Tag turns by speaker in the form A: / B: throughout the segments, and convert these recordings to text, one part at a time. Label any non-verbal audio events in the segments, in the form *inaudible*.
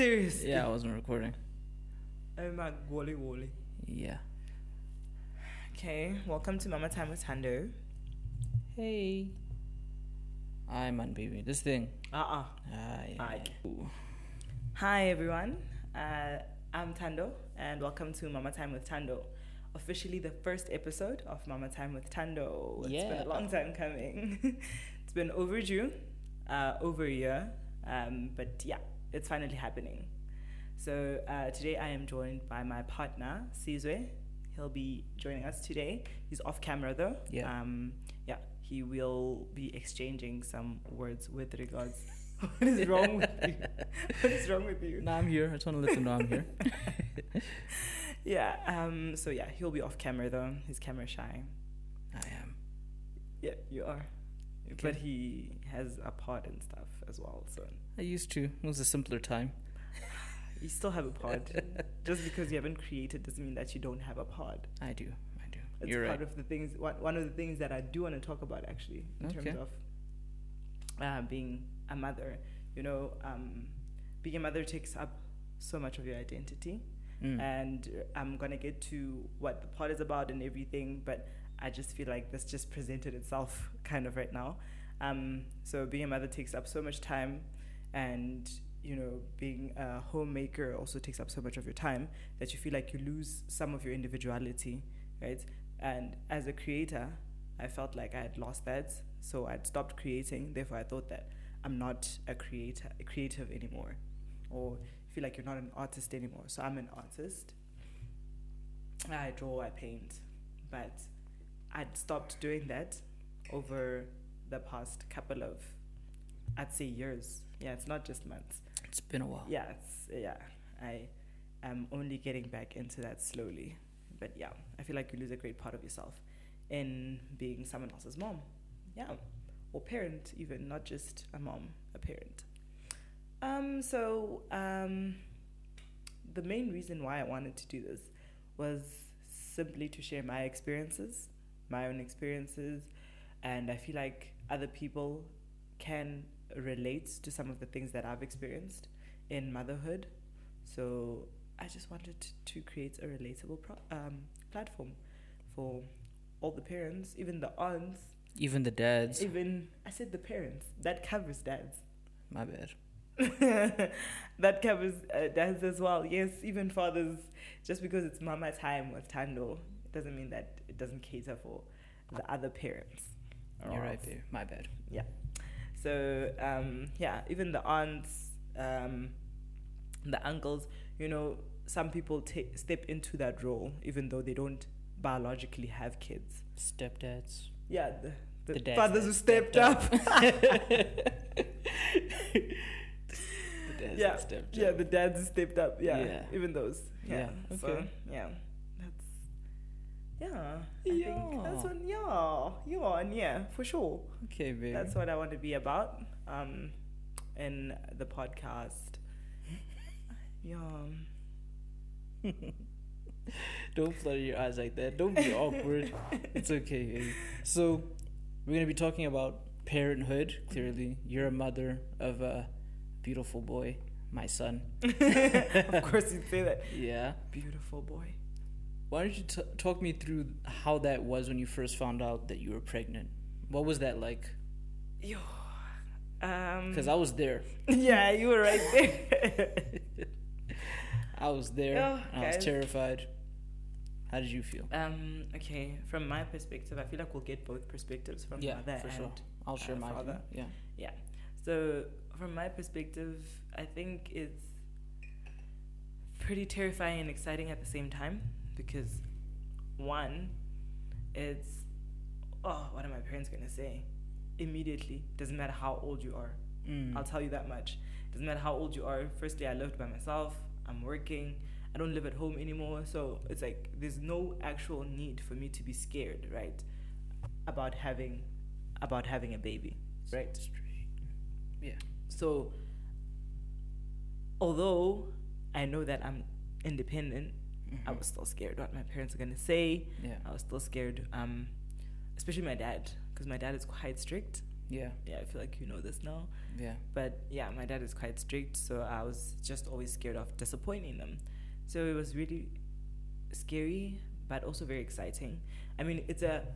A: Seriously.
B: Yeah, I wasn't recording.
A: Oh my golly golly.
B: Yeah.
A: Okay, welcome to Mama Time with Hando.
B: Hey. I'm unbaby. This thing.
A: Uh-uh.
B: Ah, yeah.
A: Aye.
B: Ooh.
A: Hi everyone. Uh, I'm Tando and welcome to Mama Time with Tando. Officially the first episode of Mama Time with Tando. It's been
B: Yeah.
A: a long time coming. *laughs* it's been overdue, uh, over a year. Um, but yeah, it's finally happening. So uh, today I am joined by my partner, Sizwe. He'll be joining us today. He's off camera though.
B: Yeah.
A: Um, yeah, he will be exchanging some words with regards. *laughs* what is wrong with you? What is wrong with you?
B: *laughs* Nah, I'm here. I just want to let them know I'm here.
A: Yeah. Um, so yeah, he'll be off camera though. He's camera shy.
B: I am.
A: Yeah, you are.
B: Okay.
A: But he has a pod and stuff as well. So
B: I used to. It was a simpler time.
A: you still have a
B: *laughs*
A: pod. Just because you haven't created doesn't mean that you don't have a pod.
B: I do. I do.
A: It's
B: You're
A: part
B: right.
A: of the things. One, one of the things that I do want to talk about actually, in
B: Okay.
A: terms of uh, being a mother. You know, um, being a mother takes up so much of your identity.
B: Mm.
A: and I'm gonna get to what the pod is about and everything, but I just feel like this just presented itself *laughs* kind of right now. Um, so being a mother takes up so much time, and you know, being a homemaker also takes up so much of your time that you feel like you lose some of your individuality, right? And as a creator, I felt like I had lost that, so I'd stopped creating. Therefore, I thought that I'm not a creator, a creative anymore, or feel like you're not an artist anymore. So I'm an artist. I draw, I paint, but I'd stopped doing that over the past couple of, I'd say years. Yeah, it's not just months.
B: It's been a while.
A: Yeah, it's yeah. I am only getting back into that slowly, but yeah, I feel like you lose a great part of yourself in being someone else's mom. Yeah, or parent even, not just a mom, a parent. Um, so um, the main reason why I wanted to do this was simply to share my experiences, my own experiences, and I feel like other people can relate to some of the things that I've experienced in motherhood. So I just wanted to create a relatable pro- um, platform for all the parents, even the aunts,
B: Even the dads.
A: even I said the parents. That covers dads. *laughs*
B: My bad.
A: that covers uh, dads as well. Yes, even fathers. Just because it's mama time with Tando doesn't mean that it doesn't cater for the other parents.
B: You're right, babe. My bad.
A: So um, yeah, even the aunts, um, the uncles, you know, some people ta- step into that role even though they don't biologically have kids.
B: Stepdads.
A: Yeah, the, the,
B: The dads
A: fathers who
B: that stepped
A: stepped
B: *laughs*
A: up.
B: The dads
A: Yeah. *laughs*
B: and stepdads.
A: *laughs* yeah, the dads who stepped up. Yeah,
B: Yeah.
A: even those. Yeah.
B: Yeah,
A: So
B: okay.
A: yeah, that's yeah. I think
B: Yeah.
A: that's one. Yeah, you are. Yeah, for sure.
B: Okay, baby.
A: That's what I want to be about um, in the podcast.
B: *laughs*
A: Yeah.
B: Don't flutter your eyes like that. Don't be awkward.
A: *laughs*
B: It's okay. baby. So, we're going to be talking about parenthood. Clearly, you're a mother of a beautiful boy, my son.
A: *laughs* of course, you'd say that.
B: Yeah.
A: Beautiful boy.
B: Why don't you t- talk me through how that was when you first found out that you were pregnant? What was that like?
A: Yo. *laughs* Um,
B: Because I was there.
A: yeah, you were right there. *laughs*
B: I was there.
A: Oh,
B: and I was
A: guys.
B: terrified. How did you feel?
A: um, okay, from my perspective, I feel like we'll get both perspectives from
B: Yeah,
A: mother
B: for
A: and
B: sure. I'll share
A: uh,
B: my view.
A: father.
B: Yeah.
A: So, from my perspective, I think it's pretty terrifying and exciting at the same time because, one, it's oh, what are my parents gonna say? Immediately, doesn't matter how old you are.
B: Mm.
A: I'll tell you that much. Doesn't matter how old you are. Firstly, I lived by myself. I'm working. I don't live at home anymore. So it's like there's no actual need for me to be scared, right? About having, about having a baby, right? So, although I know that I'm independent, I
B: Mhm.
A: was still scared what my parents are gonna say.
B: Yeah.
A: I was still scared, um, especially my dad, because my dad is quite strict.
B: Yeah.
A: Yeah, I feel like you know this now.
B: Yeah.
A: But yeah, my dad is quite strict, so I was just always scared of disappointing them. So it was really scary, but also very exciting. I mean, it's a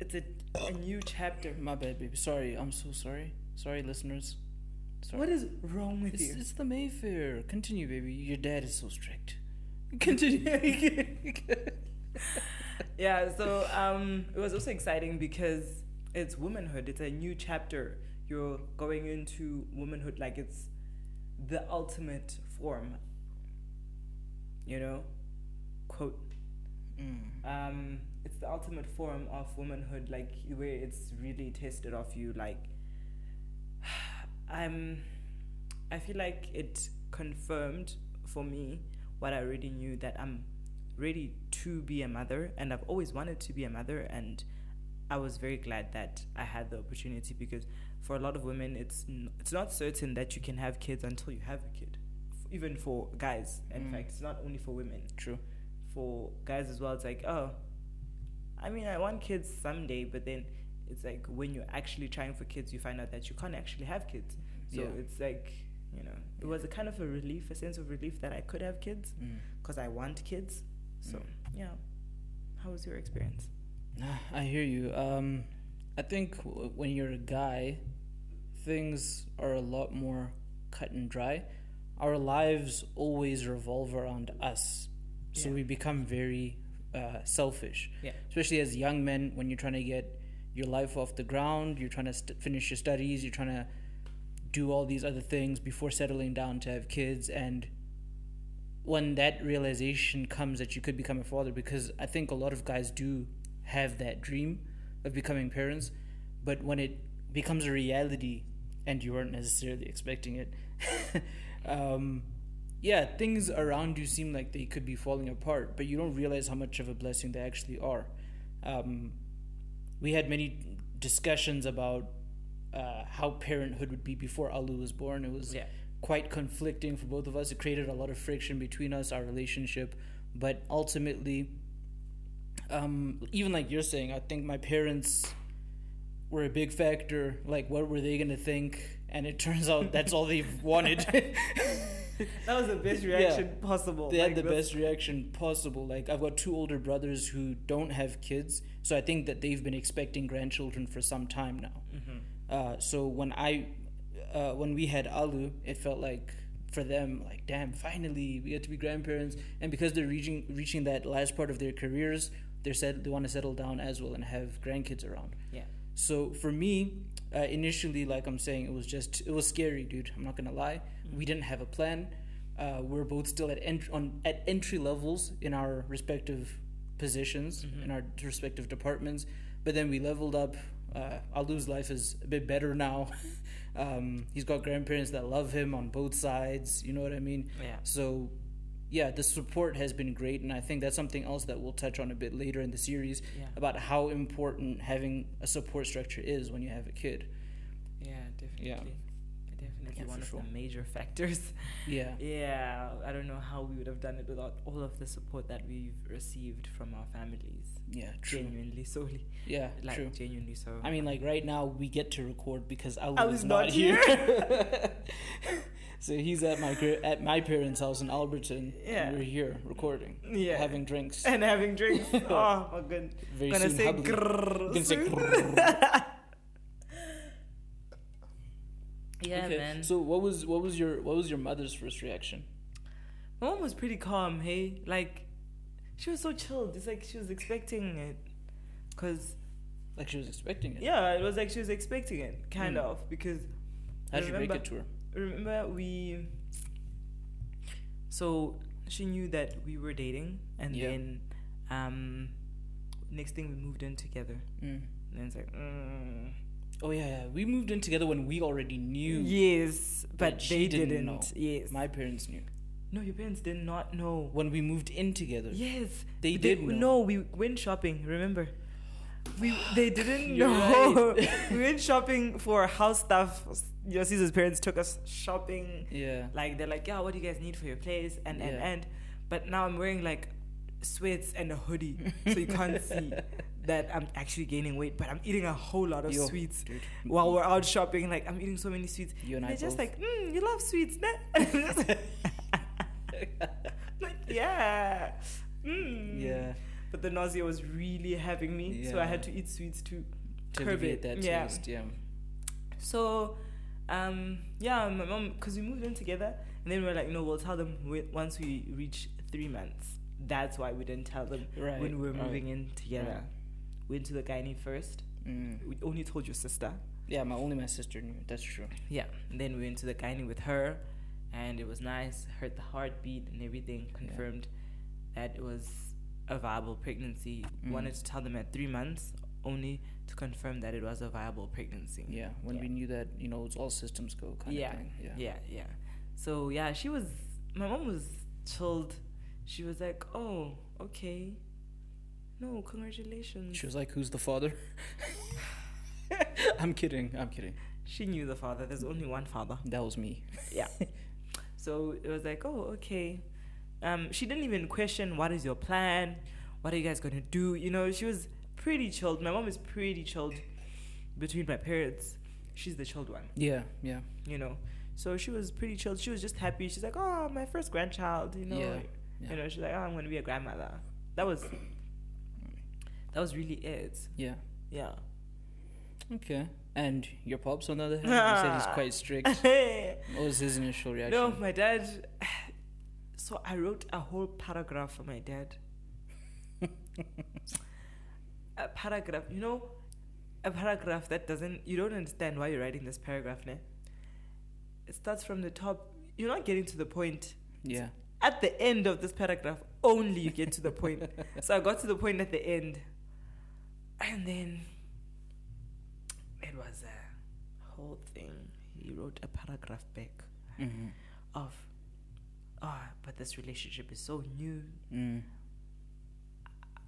A: it's a, a new chapter.
B: My bad, baby. Sorry. I'm so sorry. Sorry, listeners. Sorry.
A: What is wrong with
B: It's,
A: you?
B: it's the Mayfair. Continue, baby. Your dad is so strict. *laughs* Continue.
A: *laughs* yeah, so um, it was also exciting because it's womanhood. It's a new chapter. You're going into womanhood like it's the ultimate form. You know, quote.
B: Mm.
A: Um, it's the ultimate form of womanhood, like where it's really tested of you. Like, *sighs* I'm. I feel like it confirmed for me what I already knew that I'm ready to be a mother, and I've always wanted to be a mother, and I was very glad that I had the opportunity because for a lot of women, it's n- it's not certain that you can have kids until you have a kid, F- even for guys. In
B: Mm.
A: fact, it's not only for women
B: True.
A: for guys as well. It's like, oh, I mean, I want kids someday, but then it's like when you're actually trying for kids, you find out that you can't actually have kids. So
B: Yeah.
A: it's like, you know, it was a kind of a relief, a sense of relief that I could have kids
B: Mm.
A: because I want kids. So,
B: Mm.
A: yeah. How was your experience?
B: Nah, *sighs* I hear you. Um, I think w- when you're a guy, things are a lot more cut and dry. Our lives always revolve around us, so
A: Yeah.
B: we become very uh, selfish.
A: Yeah.
B: Especially as young men, when you're trying to get your life off the ground, you're trying to st- finish your studies, you're trying to do all these other things before settling down to have kids and when that realization comes that you could become a father because i think a lot of guys do have that dream of becoming parents but when it becomes a reality and you weren't necessarily expecting it *laughs* um, yeah things around you seem like they could be falling apart but you don't realize how much of a blessing they actually are um, we had many discussions about uh, how parenthood would be before alu was born it was
A: Yeah.
B: quite conflicting for both of us. It created a lot of friction between us, our relationship. But ultimately, um, even like you're saying, I think my parents were a big factor. Like, what were they going to think? And it *laughs* turns out that's all they wanted.
A: That was the best reaction possible.
B: they
A: Like,
B: had the
A: that's-
B: best reaction possible. Like, I've got two older brothers who don't have kids. So I think that they've been expecting grandchildren for some time now.
A: Mm-hmm.
B: Uh, so when I, uh, when we had Alu, it felt like for them, like damn, finally we get to be grandparents. And because they're reaching reaching that last part of their careers, they're said they want to settle down as well and have grandkids around.
A: Yeah.
B: So for me, uh, initially, like I'm saying, it was just it was scary, dude. I'm not gonna lie. We didn't have a plan. Uh, we're both still at ent- on at entry levels in our respective positions in our respective departments. But then we leveled up. Uh, Alu's life is a bit better now. *laughs* um, he's got grandparents that love him on both sides. You know what I mean?
A: Yeah.
B: So, yeah, the support has been great, and I think that's something else that we'll touch on a bit later in the series
A: Yeah.
B: about how important having a support structure is when you have a kid.
A: Yeah, definitely. Definitely
B: Yeah,
A: one
B: for
A: of
B: sure.
A: the major *laughs* factors.
B: Yeah,
A: Yeah, I don't know how we would have done it without all of the support that we've received from our families.
B: yeah, true.
A: Genuinely, solely.
B: Yeah,
A: Like,
B: true.
A: genuinely so.
B: I mean, like right now we get to record because Alu
A: Alu's
B: is not,
A: not
B: here. *laughs* so he's at my gra- at my parents' house in Alberton.
A: Yeah.
B: and we're here recording,
A: yeah.
B: having drinks.
A: *laughs* and having
B: *laughs*
A: drinks. oh, my god.
B: Very
A: gonna
B: soon,
A: say
B: hubbly.
A: grrr.
B: Gonna say
A: soon. *laughs* yeah,
B: Okay,
A: man.
B: So what was what was your what was your mother's first reaction?
A: My mom was pretty calm, hey? Like, she was so chilled. It's like she was expecting it. Because,
B: Like she was expecting it.
A: yeah, it was like she was expecting it, kind
B: Mm.
A: of. Because
B: How'd you break
A: remember-
B: it to her?
A: remember we so she knew that we were dating and
B: Yeah.
A: then um next thing we moved in together
B: Mm.
A: and then it's like mm.
B: Oh yeah, yeah, we moved in together when we already knew.
A: yes but,
B: But
A: they
B: she
A: didn't,
B: didn't know.
A: yes
B: My parents knew
A: no your parents did not know
B: when we moved in together.
A: yes
B: They did know.
A: no we went shopping remember
B: *sighs*
A: we they didn't
B: You're
A: know *laughs* we went shopping for house stuff your Caesar's parents took us shopping
B: Yeah.
A: like they're like yeah what do you guys need for your place and and
B: Yeah.
A: and but now i'm wearing like sweats and a hoodie, so you
B: *laughs*
A: can't see that I'm actually gaining weight, but I'm eating a whole lot of
B: Yo,
A: sweets
B: dude.
A: while we're out shopping. Like I'm eating so many sweets.
B: You and
A: And
B: I
A: they're just
B: both.
A: like, mm, you love sweets, nah? *laughs* like yeah, mm.
B: yeah.
A: But the nausea was really having me, so I had to
B: Yeah.
A: eat sweets to
B: To
A: curb
B: alleviate
A: it.
B: that
A: yeah.
B: taste, yeah.
A: So, um, yeah, my mom, because we moved in together, and then we are like, no, we'll tell them we, once we reach three months. That's why we didn't tell them
B: Right.
A: when we were
B: right.
A: moving in together.
B: Right.
A: Went to the gynae first.
B: Mm.
A: We only told your sister.
B: Yeah, my only my sister knew. That's true.
A: Yeah. And then we went to the gynae with her, and it was nice. Heard the heartbeat and everything. Confirmed that it was a viable pregnancy.
B: Mm.
A: Wanted to tell them at three months only to confirm that it was a viable pregnancy.
B: Yeah, when
A: Yeah.
B: we knew that, you know, it's all systems go kind
A: Yeah,
B: of thing. Yeah.
A: yeah yeah so yeah she was my mom was chilled she was like oh okay no congratulations
B: She was like, "Who's the father?" *laughs* I'm kidding. I'm kidding.
A: she knew the father there's only one father
B: That was me.
A: so it was like oh okay um she didn't even question what is your plan what are you guys gonna do you know she was pretty chilled my mom is pretty chilled between my parents she's the chilled one
B: Yeah, yeah.
A: you know so she was pretty chilled she was just happy she's like oh my first grandchild you know
B: Yeah,
A: like,
B: yeah.
A: you know she's like oh i'm gonna be a grandmother that was that was really it
B: Yeah.
A: yeah
B: Okay. And your pops, on the other hand, you said
A: *laughs*
B: he's quite strict. What was his initial reaction?
A: no my dad *sighs* so i wrote a whole paragraph for my
B: *laughs*
A: dad a paragraph you know a paragraph that doesn't you don't understand why you're writing this paragraph ne? it starts from the top you're not getting to the point
B: Yeah.
A: at the end of this paragraph only you get to the point so i got to the point at the end and then it was a whole thing he wrote a paragraph back
B: hmm
A: of ah but this relationship is so new
B: Mm.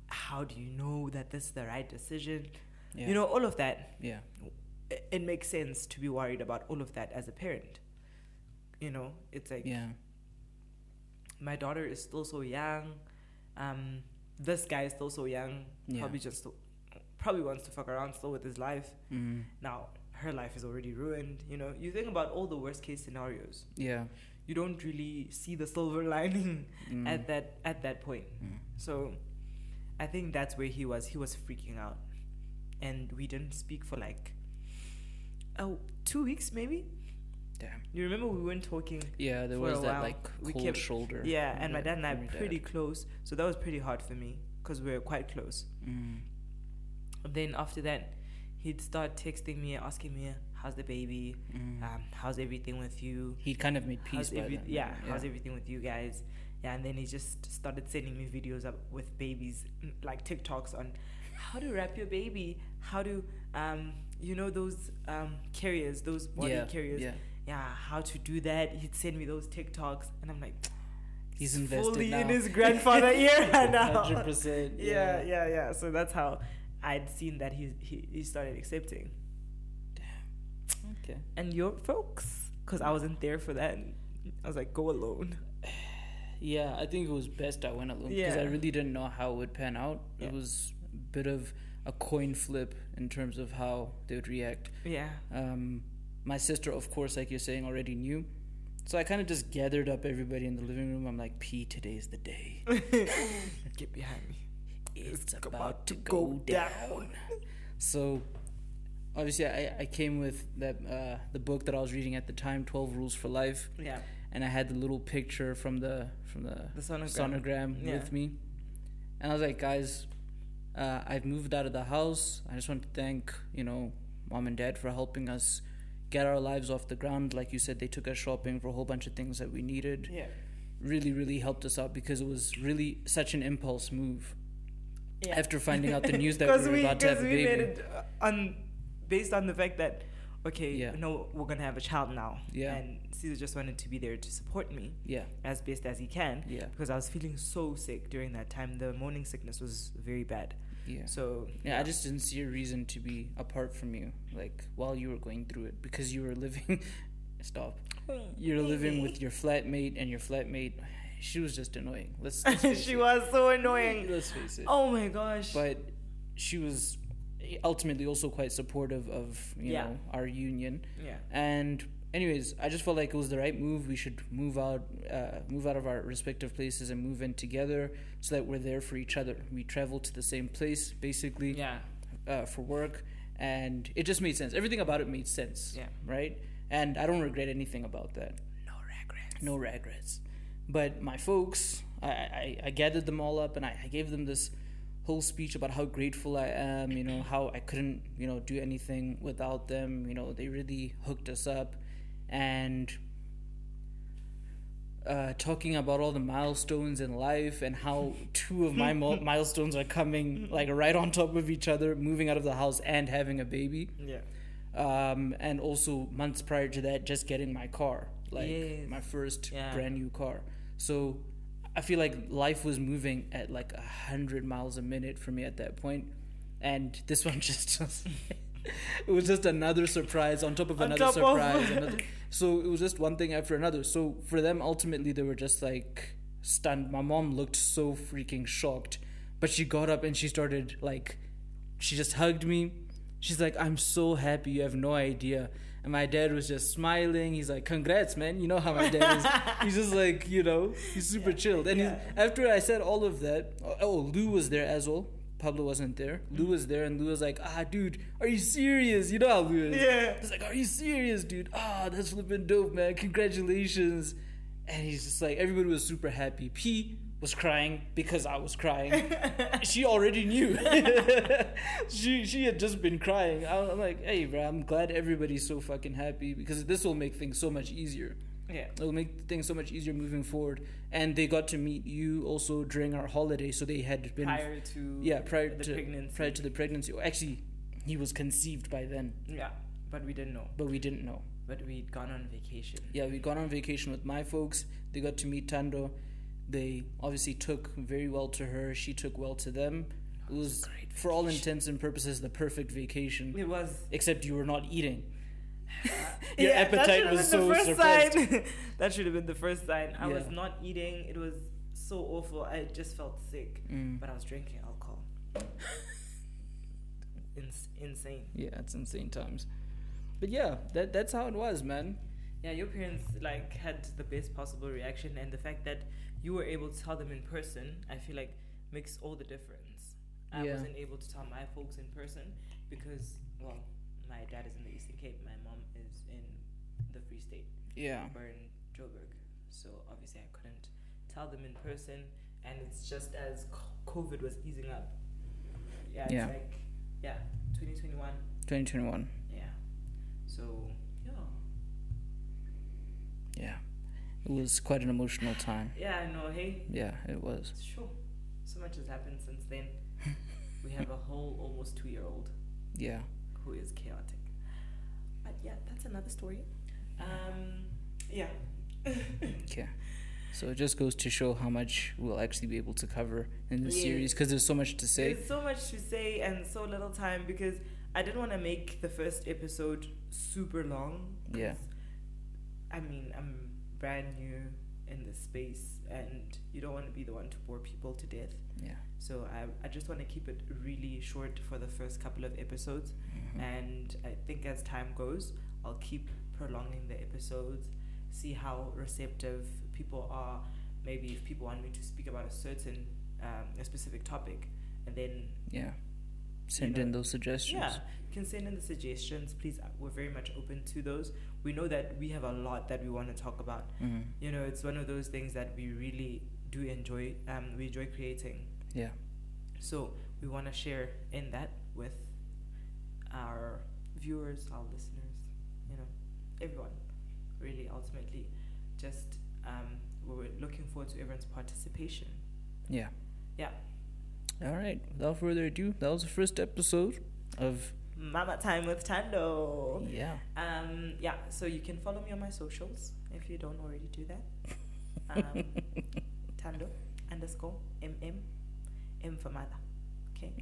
A: how do you know that this is the right decision
B: Yeah.
A: you know all of that
B: Yeah.
A: it, it makes sense to be worried about all of that as a parent you know it's like
B: Yeah.
A: my daughter is still so young. Um, this guy is still so young.
B: Yeah.
A: Probably just probably wants to fuck around still with his life.
B: Mm.
A: Now her life is already ruined. You know, you think about all the worst case scenarios.
B: Yeah.
A: You don't really see the silver *laughs* lining
B: Mm.
A: at that at that point.
B: Mm.
A: So, I think that's where he was. He was freaking out, and we didn't speak for like oh two weeks maybe.
B: Damn.
A: You remember we weren't talking.
B: Yeah, there
A: For
B: was
A: a
B: that
A: while,
B: like
A: we
B: cold
A: kept-
B: shoulder.
A: Yeah,
B: from
A: and my
B: the-
A: dad and I
B: from your dad.
A: pretty close, so that was pretty hard for me because we were quite close.
B: Mm.
A: Then after that, he'd start texting me, asking me, "How's the baby?
B: Mm.
A: Um, how's everything with you?
B: he kind of made peace
A: how's
B: by
A: every-
B: then.
A: yeah, how's everything with you guys?" Yeah, and then he just started sending me videos up with babies, mm, like TikToks on how to wrap your baby, how to, um, you know, those um, carriers, those body
B: yeah.
A: carriers.
B: Yeah.
A: yeah, how to do that. He'd send me those TikToks, and I'm like,
B: He's invested
A: fully in
B: now.
A: his
B: *laughs*
A: grandfather era *laughs* now. *laughs*
B: 100%.
A: Yeah, yeah, yeah. So that's how I'd seen that he he, he started accepting.
B: Okay.
A: And your folks, because I wasn't there for that. I was like, go alone.
B: Yeah, I think it was best I went alone because I
A: Yeah.
B: really didn't know how it would pan out.
A: Yeah.
B: It was a bit of a coin flip in terms of how they would react.
A: Yeah,
B: Um, my sister, of course, like you're saying, already knew. So I kind of just gathered up everybody in the living room. I'm like, P, today's
A: *laughs*
B: the day.
A: get behind me.
B: It's, about, to go, down. So obviously, I, I came with that uh, the book that I was reading at the time, Twelve Rules for Life,
A: Yeah,
B: and I had the little picture from the from the
A: the sonogram.
B: sonogram
A: Yeah.
B: with me. And I was like, guys, uh, I've moved out of the house. I just want to thank, you know, mom and dad for helping us get our lives off the ground. Like you said, they took us shopping for a whole bunch of things that we needed.
A: yeah,
B: Really, really helped us out because it was really such an impulse move.
A: yeah.
B: After finding out the
A: *laughs*
B: news that
A: Because
B: we were
A: we,
B: about to have
A: because
B: a
A: we
B: baby.
A: made it uh, on based on the fact that okay,
B: Yeah.
A: no, we're gonna have a child now.
B: Yeah.
A: and Caesar just wanted to be there to support me
B: Yeah,
A: as best as he can.
B: yeah,
A: because I was feeling so sick during that time. The morning sickness was very bad.
B: yeah.
A: So
B: Yeah, I just didn't see a reason to be apart from you, like while you were going through it, *laughs*
A: *laughs*
B: because you were living. Stop. You're living with your flatmate, and your flatmate she was just annoying.
A: *laughs*
B: Let's, let's face
A: she
B: it.
A: was so annoying.
B: Let's face it.
A: Oh my gosh.
B: But she was ultimately also quite supportive of you
A: Yeah.
B: know our union.
A: yeah.
B: And anyways, I just felt like it was the right move. We should move out, uh, move out of our respective places and move in together, so that we're there for each other. We travel to the same place basically
A: Yeah.
B: uh, for work, and it just made sense. Everything about it made sense.
A: Yeah.
B: Right. And I don't regret anything about that.
A: No regrets.
B: No regrets. But my folks, I, I, I gathered them all up and I, I gave them this whole speech about how grateful I am, you know, how I couldn't, you know, do anything without them. You know, they really hooked us up and uh, talking about all the milestones in life and how two of my mil- milestones are coming like right on top of each other, moving out of the house and having a baby
A: Yeah.
B: um, and also months prior to that, just getting my car, like
A: Yes.
B: my first
A: Yeah.
B: brand new car. So I feel like life was moving at like a hundred miles a minute for me at that point, and this *laughs* one just just it was just another surprise on top of
A: On
B: another
A: top of- *laughs*
B: surprise. another, so it was just one thing after another. So for them, ultimately, they were just like stunned. My mom looked so freaking shocked, but she got up and she started like, she just hugged me. She's like, "I'm so happy. You have no idea." And my dad was just smiling. He's like, "Congrats, man. You know how my dad is. he's just like, you know, he's super chilled." And he's, after I said all of that, oh, oh, Lou was there as well. Pablo wasn't there. Lou was there, and Lou was like, "Ah, dude, are you serious? You know how Lou is."
A: Yeah.
B: He's like, "Are you serious, dude? Ah, that's flipping dope, man! Congratulations!" And he's just like, everybody was super happy. P was crying because I was
A: *laughs*
B: crying. she already knew. *laughs* she she had just been crying. I'm I'm like, hey, bro, I'm glad everybody's so fucking happy because this will make things so much easier.
A: Yeah.
B: It'll make things so much easier moving forward. And they got to meet you also during our holiday, so they had been
A: Prior to
B: yeah prior
A: the
B: to
A: pregnancy.
B: prior to the pregnancy. Actually, he was conceived by then,
A: yeah. But we didn't know.
B: but we didn't know.
A: But we'd gone on vacation.
B: yeah, we got on vacation with my folks. They got to meet Tando. They obviously took very well to her. She took well to them. It was,
A: great
B: for all intents and purposes, the perfect vacation.
A: It was
B: Except you were not eating. Your appetite was so suppressed.
A: sign. *laughs* that should have been the first sign. I was
B: Yeah.
A: not eating. It was so awful. I just felt sick,
B: Mm.
A: but I was drinking *laughs* alcohol. Ins- insane.
B: Yeah, it's insane times. But yeah, that that's how it was, man.
A: Yeah, your parents like had the best possible reaction, and the fact that you were able to tell them in person, I feel like makes all the difference. I
B: Yeah.
A: wasn't able to tell my folks in person because, well, my dad is in the Eastern Cape, my mom is in the Free State.
B: Yeah.
A: We're in Joburg, so obviously I couldn't tell them in person. And it's just as c- COVID was easing up. Yeah, it's
B: Yeah.
A: like yeah, 2021.
B: 2021.
A: Yeah, so yeah,
B: Yeah. It was quite an emotional time.
A: yeah. I know. Hey,
B: Yeah, it was.
A: sure. So much has happened since
B: *laughs*
A: then. we have a whole almost two-year-old
B: Yeah.
A: who is chaotic. But yeah, that's another story. Um, yeah.
B: Okay. So it just goes to show how much we'll actually be able to cover in this
A: Yeah.
B: series because there's so much to say.
A: There's so much to say and so little time because I didn't want to make the first episode super long. 'cause,
B: Yeah.
A: I mean, I'm brand new in this space and you don't want to be the one to bore people to death.
B: Yeah.
A: So I, I just want to keep it really short for the first couple of episodes.
B: Mhm.
A: And I think as time goes, I'll keep prolonging the episodes, see how receptive people are. Maybe if people want me to speak about a certain, um, a specific topic, and then
B: Yeah. Send
A: know,
B: in those suggestions.
A: yeah, you can send in the suggestions, please. Uh, We're very much open to those. We know that we have a lot that we want to talk about.
B: Mhm.
A: You know, it's one of those things that we really do enjoy. Um, we enjoy creating.
B: Yeah.
A: So we want to share in that with our viewers, our listeners, you know, everyone. Really, ultimately, just um, we're looking forward to everyone's participation.
B: Yeah.
A: Yeah.
B: All right. Without further ado, that was the first episode of.
A: Mama time with Tando.
B: Yeah.
A: Um, yeah, so you can follow me on my socials if you don't already do that. Um, Tando underscore mm m for mother. Okay,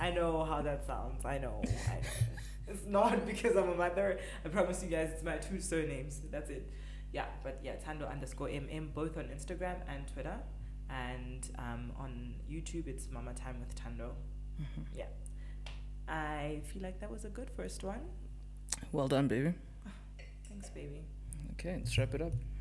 A: I know how that sounds. I know. I know. It's not because I'm a mother. I promise you guys, it's my two surnames. That's it. yeah, but yeah, it's handle underscore mm both on Instagram and Twitter, and um, on YouTube it's Mama Time with Tando. Yeah, I feel like that was a good first one.
B: Well done, baby.
A: Thanks, baby.
B: Okay, let's wrap it up.